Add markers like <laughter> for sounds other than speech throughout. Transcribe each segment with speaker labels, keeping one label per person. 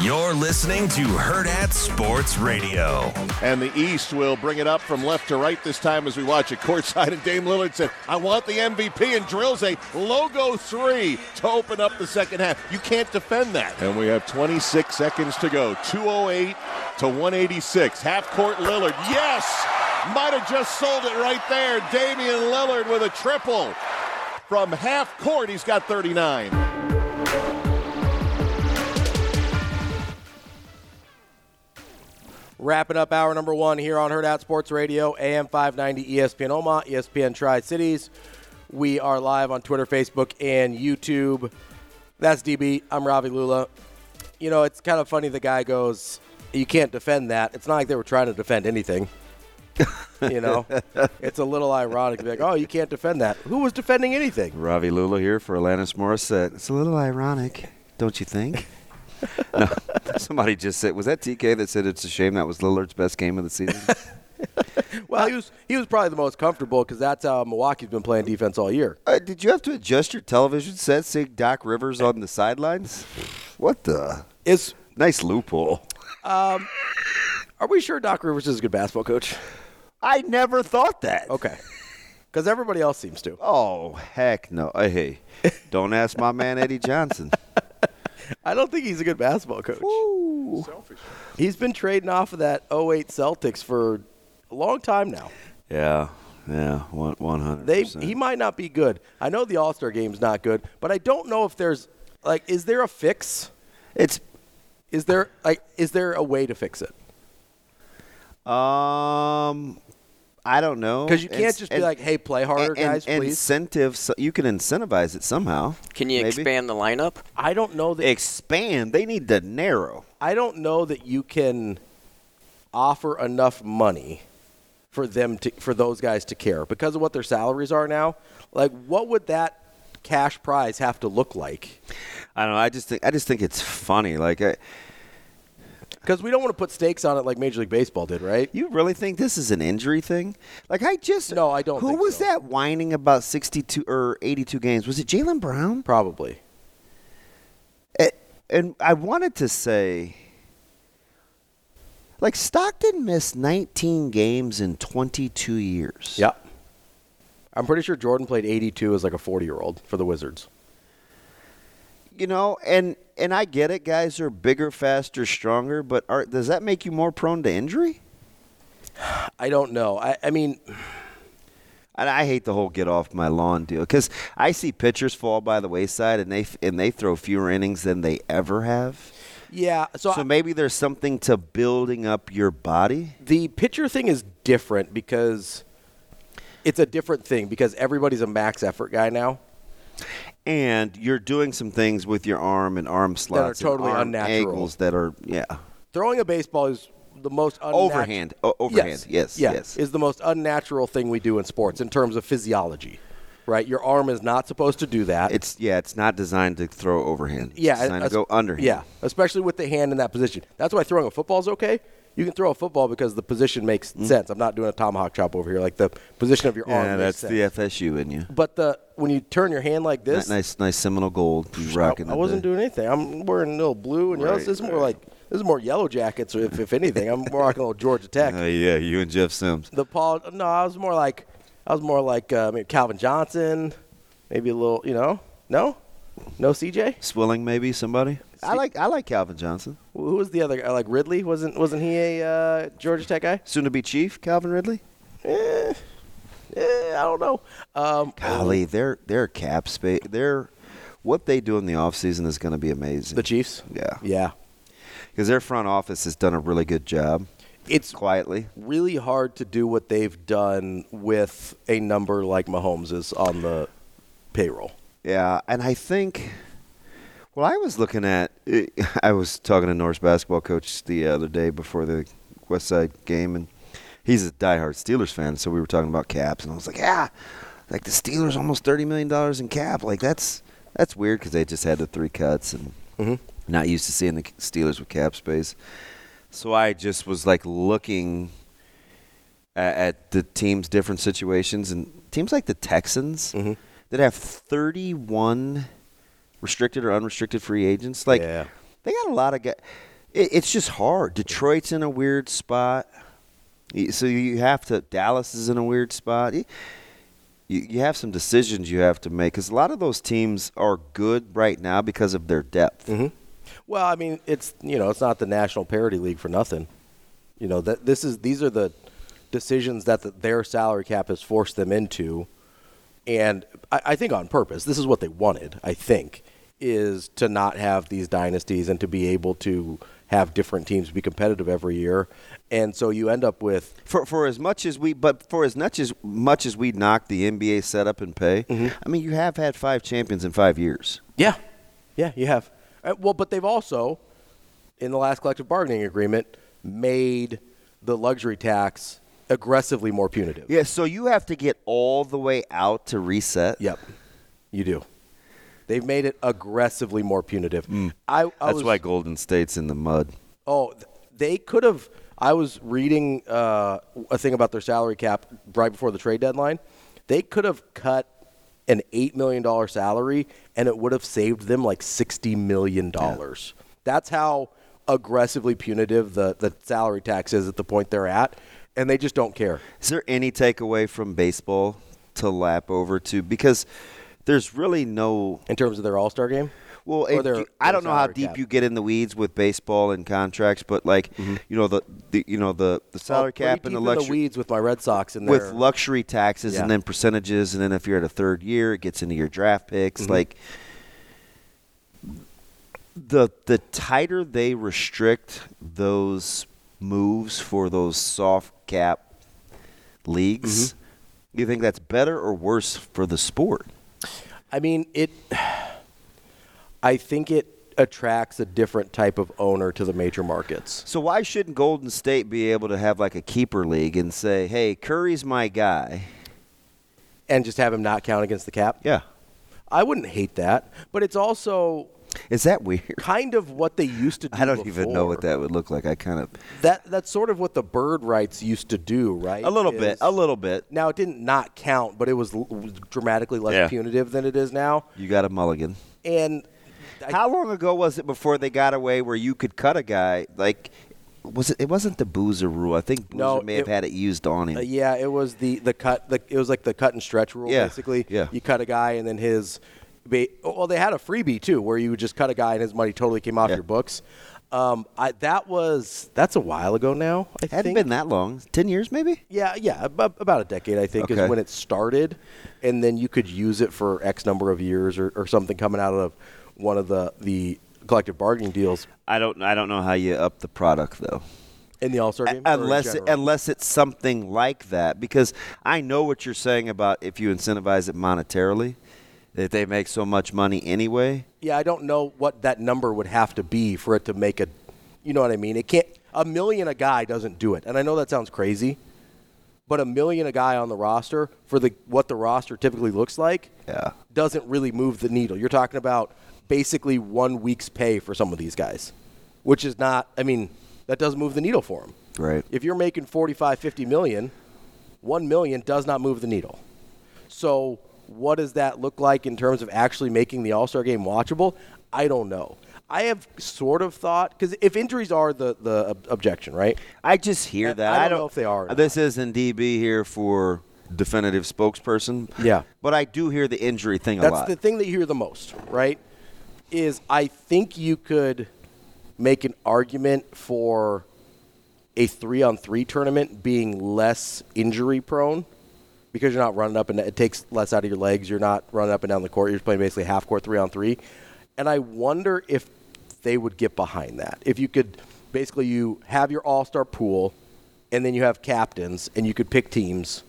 Speaker 1: You're listening to Herd at Sports Radio.
Speaker 2: And the East will bring it up from left to right this time as we watch it courtside. And Dame Lillard said, I want the MVP, and drills a logo three to open up the second half. You can't defend that. And we have 26 seconds to go 208 to 186. Half court Lillard. Yes! Might have just sold it right there. Damian Lillard with a triple. From half court, he's got 39.
Speaker 3: Wrapping up hour number one here on Herd Out Sports Radio, AM 590 ESPN Omaha, E ESPN Tri Cities. We are live on Twitter, Facebook, and YouTube. That's DB. I'm Ravi Lula. You know, it's kind of funny the guy goes, You can't defend that. It's not like they were trying to defend anything. you know, it's a little ironic to be like, Oh, you can't defend that. Who was defending anything?
Speaker 4: Ravi Lula here for Alanis Morissette. It's a little ironic, don't you think? <laughs> no, somebody just said, was that TK that said it's a shame that was Lillard's best game of the season?
Speaker 3: Well, he was he was probably the most comfortable because that's how Milwaukee's been playing defense all year.
Speaker 4: <laughs> uh, did you have to adjust your television set seeing Doc Rivers on the sidelines? What the?
Speaker 3: Is
Speaker 4: Nice loophole.
Speaker 3: are we sure Doc Rivers is a good basketball coach?
Speaker 4: I never thought that.
Speaker 3: Okay. <laughs> Because everybody else seems to.
Speaker 4: Oh, heck no. Uh, <laughs> Hey, don't ask my man Eddie Johnson.
Speaker 3: I don't think he's a good basketball coach. He's been trading off of that 08 Celtics for a long time now.
Speaker 4: Yeah, yeah, one, 100%.
Speaker 3: They he might not be good. I know the All-Star game's not good, but I don't know if there's like is there a fix?
Speaker 4: it's
Speaker 3: Is there like is there a way to fix it?
Speaker 4: Um, I don't know.
Speaker 3: Because you can't just be like, "Hey, play harder,
Speaker 4: and-
Speaker 3: guys,
Speaker 4: and
Speaker 3: please."
Speaker 4: Incentive. So you can incentivize it somehow.
Speaker 5: Can you
Speaker 4: maybe.
Speaker 5: expand the lineup?
Speaker 3: I don't know that
Speaker 4: Expand. They need to narrow.
Speaker 3: I don't know that you can offer enough money for them to for those guys to care because of what their salaries are now. Like what would that cash prize have to look like?
Speaker 4: I don't know. I just think. I just think it's funny. Like, uh, I,
Speaker 3: Because we don't want to put stakes on it like Major League Baseball did, right?
Speaker 4: you really think this is an injury thing? Like, I just
Speaker 3: No, I don't
Speaker 4: Who
Speaker 3: think
Speaker 4: was
Speaker 3: so.
Speaker 4: that whining about sixty-two or eighty-two games? Was it Jalen Brown?
Speaker 3: Probably.
Speaker 4: A- and I wanted to say, like Stockton missed 19 games in 22 years.
Speaker 3: Yep. I'm pretty sure Jordan played 82 as like a 40 year old for the Wizards.
Speaker 4: you know, and and I get it. Guys are bigger, faster, stronger, but are, does that make you more prone to injury?
Speaker 3: I don't know. I, I mean,
Speaker 4: And I hate the whole get off my lawn deal because I see pitchers fall by the wayside and they f- and they throw fewer innings than they ever have.
Speaker 3: yeah. So,
Speaker 4: So,
Speaker 3: I-
Speaker 4: maybe there's something to building up your body.
Speaker 3: the pitcher thing is different because it's a different thing because everybody's a max effort guy now.
Speaker 4: And you're doing some things with your arm and arm
Speaker 3: are
Speaker 4: slots, and
Speaker 3: totally
Speaker 4: arm
Speaker 3: unnatural.
Speaker 4: angles that are yeah,
Speaker 3: Throwing a baseball is the most unnatural.
Speaker 4: overhand, o- overhand, yes, yes,
Speaker 3: yeah, is the most unnatural thing we do in sports in terms of physiology, right? Your arm is not supposed to do that.
Speaker 4: It's yeah, it's not designed to throw overhand. It's
Speaker 3: yeah,
Speaker 4: designed
Speaker 3: es-
Speaker 4: to go underhand.
Speaker 3: Yeah, especially with the hand in that position. That's why throwing a football is okay. You can throw a football because the position makes sense. I'm not doing a tomahawk chop over here. Like the position of your arm.
Speaker 4: Mm-hmm. yeah,
Speaker 3: makes
Speaker 4: that's
Speaker 3: sense.
Speaker 4: the FSU in you.
Speaker 3: But the when you turn your hand like this,
Speaker 4: Ni- nice, nice Seminole gold. You
Speaker 3: I,
Speaker 4: rocking. uh,
Speaker 3: I wasn't doing anything. I'm wearing a little blue and yellow.
Speaker 4: Right,
Speaker 3: This is more
Speaker 4: right.
Speaker 3: like this is more yellow jackets. If if anything, I'm rocking a little Georgia Tech.
Speaker 4: Oh, yeah, you and Jeff Sims.
Speaker 3: the Paul. No, I was more like I was more like uh, maybe Calvin Johnson, maybe a little. You know, no, no CJ.
Speaker 4: Swilling, maybe somebody. I like, I like Calvin Johnson.
Speaker 3: Who was the other guy? Like Ridley? Wasn't wasn't he a uh, Georgia Tech guy?
Speaker 4: Soon to be chief, Calvin Ridley.
Speaker 3: Eh, eh, I don't know. Um,
Speaker 4: Golly, their their cap space, their what they do in the offseason is going to be amazing.
Speaker 3: the Chiefs.
Speaker 4: Yeah.
Speaker 3: Yeah.
Speaker 4: because their front office has done a really good job.
Speaker 3: It's
Speaker 4: quietly.
Speaker 3: really hard to do what they've done with a number like Mahomes is on the payroll.
Speaker 4: Yeah, and I think. Well, I was looking at. I was talking to Norris basketball coach the other day before the West Side game, and he's a diehard Steelers fan. So we were talking about caps, and I was like, "Yeah, like the Steelers almost thirty million dollars in cap. Like that's that's weird because they just had the three cuts and not used to seeing the Steelers with cap space." So I just was like looking at, at the teams' different situations, and teams like the Texans that have 31 restricted or unrestricted free agents, like
Speaker 3: Yeah.
Speaker 4: they got a lot of guys. it, it's just hard. Detroit's in a weird spot, Y- so you have to. Dallas is in a weird spot. Y- You, you have some decisions you have to make because a lot of those teams are good right now because of their depth.
Speaker 3: Mm-hmm. Well, I mean, it's you know, it's not the National Parity League for nothing. You know that this is these are the decisions that the, their salary cap has forced them into, and I, I think on purpose. This is what they wanted. I think is to not have these dynasties and to be able to have different teams be competitive every year, and so you end up with
Speaker 4: For for as much as we, but for as much as much as we knock the NBA setup and pay, I mean, you have had five champions in five years.
Speaker 3: Yeah, yeah, you have. Uh, well, but they've also, in the last collective bargaining agreement, made the luxury tax aggressively more punitive.
Speaker 4: Yeah, so you have to get all the way out to reset.
Speaker 3: Yep, you do. They've made it aggressively more punitive. I, I
Speaker 4: Mm. that's
Speaker 3: was,
Speaker 4: why Golden State's in the mud.
Speaker 3: Oh, th- they could have. I was reading uh, a thing about their salary cap right before the trade deadline. They could have cut an eight million dollar salary, and it would have saved them like sixty million dollars. That's how aggressively punitive the the salary tax is at the point they're at, and they just don't care.
Speaker 4: Is there any takeaway from baseball to lap over to? Because there's really no.
Speaker 3: In terms of their All Star game,
Speaker 4: Well,
Speaker 3: Or
Speaker 4: if
Speaker 3: their-
Speaker 4: you- I
Speaker 3: their
Speaker 4: don't know how
Speaker 3: salary
Speaker 4: deep
Speaker 3: cap.
Speaker 4: you get in the weeds with baseball and contracts, but like you know the, the you know the, the salary
Speaker 3: Well, pretty
Speaker 4: cap
Speaker 3: deep
Speaker 4: and the
Speaker 3: in
Speaker 4: luxury
Speaker 3: weeds with my Red Sox and
Speaker 4: with
Speaker 3: their-
Speaker 4: luxury taxes
Speaker 3: Yeah.
Speaker 4: and then percentages, and then if you're at a third year, it gets into your draft picks.
Speaker 3: Mm-hmm.
Speaker 4: Like the the tighter they restrict those moves for those soft cap leagues,
Speaker 3: Mm-hmm.
Speaker 4: do you think that's better or worse for the sport?
Speaker 3: I mean, it. I think it attracts a different type of owner to the major markets.
Speaker 4: So why shouldn't Golden State be able to have like a keeper league and say, "Hey, Curry's my guy."
Speaker 3: and just have him not count against the cap.
Speaker 4: Yeah.
Speaker 3: I wouldn't hate that, but it's also
Speaker 4: Is that weird?
Speaker 3: kind of what they used to do.
Speaker 4: I don't even know what
Speaker 3: before.
Speaker 4: that would look like. I kind of
Speaker 3: That that's sort of what the bird rights used to do, right?
Speaker 4: a little bit,
Speaker 3: Is-
Speaker 4: a little bit.
Speaker 3: Now it didn't not count, but it was, l- was dramatically less
Speaker 2: Yeah.
Speaker 3: punitive than it is now.
Speaker 4: You got a mulligan.
Speaker 3: And I-
Speaker 4: How long ago was it before they got away where you could cut a guy? Like, was it? It wasn't the Boozer rule. I think Boozer
Speaker 3: No,
Speaker 4: may have
Speaker 3: it-
Speaker 4: had it used on him.
Speaker 3: uh, yeah, it was the the cut. The, it was like the cut and stretch rule,
Speaker 4: Yeah,
Speaker 3: basically.
Speaker 4: yeah.
Speaker 3: You cut a guy, and then his. Ba- well, they had a freebie too, where you would just cut a guy, and his money totally came off
Speaker 4: Yeah.
Speaker 3: your books. Um, I, that was that's a while ago now. I
Speaker 4: it hadn't
Speaker 3: think.
Speaker 4: been that long. Ten years, maybe.
Speaker 3: Yeah, yeah, about, about a decade, I think,
Speaker 4: Okay.
Speaker 3: is when it started, and then you could use it for X number of years or, or something coming out of one of the the collective bargaining deals
Speaker 4: I don't. I don't know how you up the product though.
Speaker 3: in the All Star game. or in
Speaker 4: unless it,
Speaker 3: general?
Speaker 4: unless it's something like that because I know what you're saying about if you incentivize it monetarily that they make so much money anyway.
Speaker 3: yeah, I don't know what that number would have to be for it to make a, you know what I mean? It can't a million a guy doesn't do it, and I know that sounds crazy, but a million a guy on the roster for the what the roster typically looks like
Speaker 4: Yeah.
Speaker 3: doesn't really move the needle. You're talking about basically one week's pay for some of these guys, which is not, I mean, that doesn't move the needle for them.
Speaker 4: Right.
Speaker 3: If you're making 45, 50 million, 1 million does not move the needle. So, what does that look like in terms of actually making the All Star game watchable? I don't know. I have sort of thought, because if injuries are the, the ob- objection, right?
Speaker 4: I just hear
Speaker 3: I-
Speaker 4: that.
Speaker 3: I don't know if they are or not.
Speaker 4: This isn't DB here for definitive spokesperson.
Speaker 3: Yeah.
Speaker 4: But I do hear the injury thing a
Speaker 3: That's
Speaker 4: lot.
Speaker 3: the thing that you hear the most, right? Is I think you could make an argument for a three on three tournament being less injury prone because you're not running up and it takes less out of your legs. You're not running up and down the court. You're just playing basically half court three on three. And I wonder if they would get behind that. If you could basically you have your all star pool and then you have captains and you could pick teams.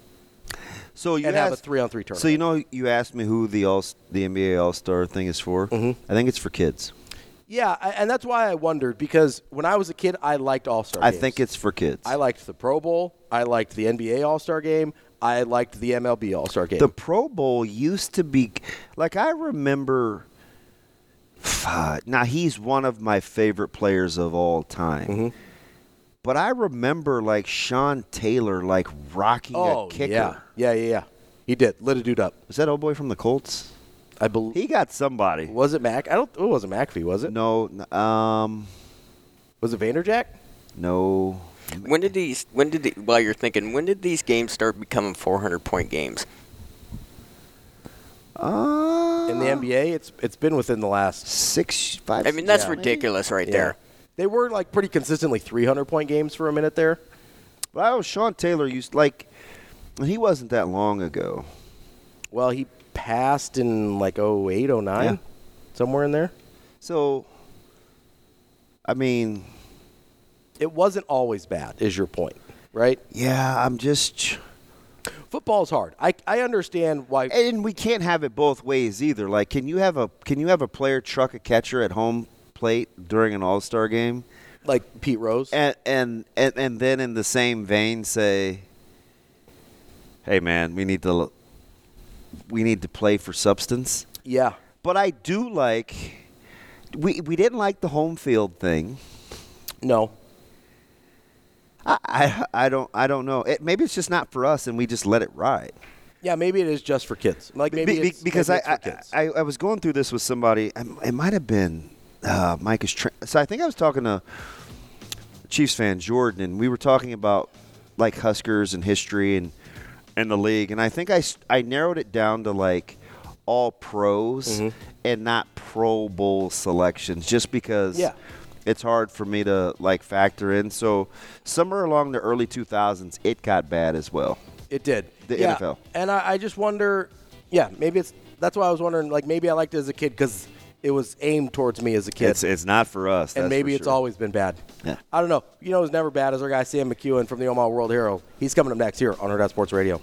Speaker 4: so you
Speaker 3: and have a
Speaker 4: asked-
Speaker 3: three-on-three
Speaker 4: So you know you asked me who the all the NBA All Star thing is for.
Speaker 3: Mm-hmm.
Speaker 4: I think it's for kids.
Speaker 3: Yeah, I- and that's why I wondered because when I was a kid, I liked All Star.
Speaker 4: I think it's for kids.
Speaker 3: I liked the Pro Bowl. I liked the NBA All Star Game. I liked the MLB All Star Game.
Speaker 4: The Pro Bowl used to be like I remember. Fuck. Now he's one of my favorite players of all time.
Speaker 3: Mm-hmm.
Speaker 4: But I remember like Sean Taylor like rocking
Speaker 3: oh
Speaker 4: a kicker.
Speaker 3: yeah, yeah, yeah, yeah. He did lit a dude up.
Speaker 4: Was that old boy from the Colts?
Speaker 3: I believe
Speaker 4: He got somebody.
Speaker 3: was it Mac. I don't. It wasn't McAfee, was it?
Speaker 4: No, n- um,
Speaker 3: Was it Vanderjack?
Speaker 4: No.
Speaker 5: When did these? When did? The, while you're thinking, when did these games start becoming 400 point games?
Speaker 4: Uh,
Speaker 3: In the NBA, it's it's been within the last.
Speaker 4: six, five.
Speaker 5: I mean, that's
Speaker 4: yeah.
Speaker 5: ridiculous, right
Speaker 3: yeah.
Speaker 5: there.
Speaker 3: They were like pretty consistently 300 point games for a minute there.
Speaker 4: Well, Sean Taylor used like, he wasn't that long ago.
Speaker 3: Well, he passed in like 08, 09,
Speaker 4: Yeah.
Speaker 3: somewhere in there.
Speaker 4: So, I mean,
Speaker 3: It wasn't always bad, is your point, right?
Speaker 4: yeah, I'm just.
Speaker 3: Football's hard. I, I understand why.
Speaker 4: and we can't have it both ways either. Like, can you have a can you have a player truck a catcher at home plate during an All Star game,
Speaker 3: like Pete Rose.
Speaker 4: and, and and and then in the same vein say, "Hey, man, we need to l- we need to play for substance."
Speaker 3: yeah.
Speaker 4: But I do like we we didn't like the home field thing.
Speaker 3: No.
Speaker 4: I I, I don't I don't know. It, maybe it's just not for us, and we just let it ride.
Speaker 3: Yeah, maybe it is just for kids. Like maybe
Speaker 4: Be- be-
Speaker 3: it's,
Speaker 4: because
Speaker 3: maybe
Speaker 4: I,
Speaker 3: it's for kids.
Speaker 4: I, I I was going through this with somebody. I m- It might have been uh, Mike is. Tra- so I think I was talking to Chiefs fan Jordan, and we were talking about like Huskers and history and and the league. And I think I s- I narrowed it down to like all pros
Speaker 3: Mm-hmm.
Speaker 4: and not Pro Bowl selections, just because.
Speaker 3: Yeah.
Speaker 4: It's hard for me to like factor in. So somewhere along the early 2000s, it got bad as well.
Speaker 3: It did.
Speaker 4: The
Speaker 3: Yeah,
Speaker 4: NFL.
Speaker 3: And I, I just wonder, yeah, maybe it's that's why I was wondering. Like maybe I liked it as a kid because it was aimed towards me as a kid,
Speaker 4: It's it's not for us.
Speaker 3: and
Speaker 4: that's
Speaker 3: maybe
Speaker 4: for
Speaker 3: it's
Speaker 4: sure.
Speaker 3: always been bad.
Speaker 4: Yeah.
Speaker 3: I don't know. You know, it was never bad. Is our guy Sam McEwen from the Omaha World Herald? He's coming up next here on Herd Out Sports Radio.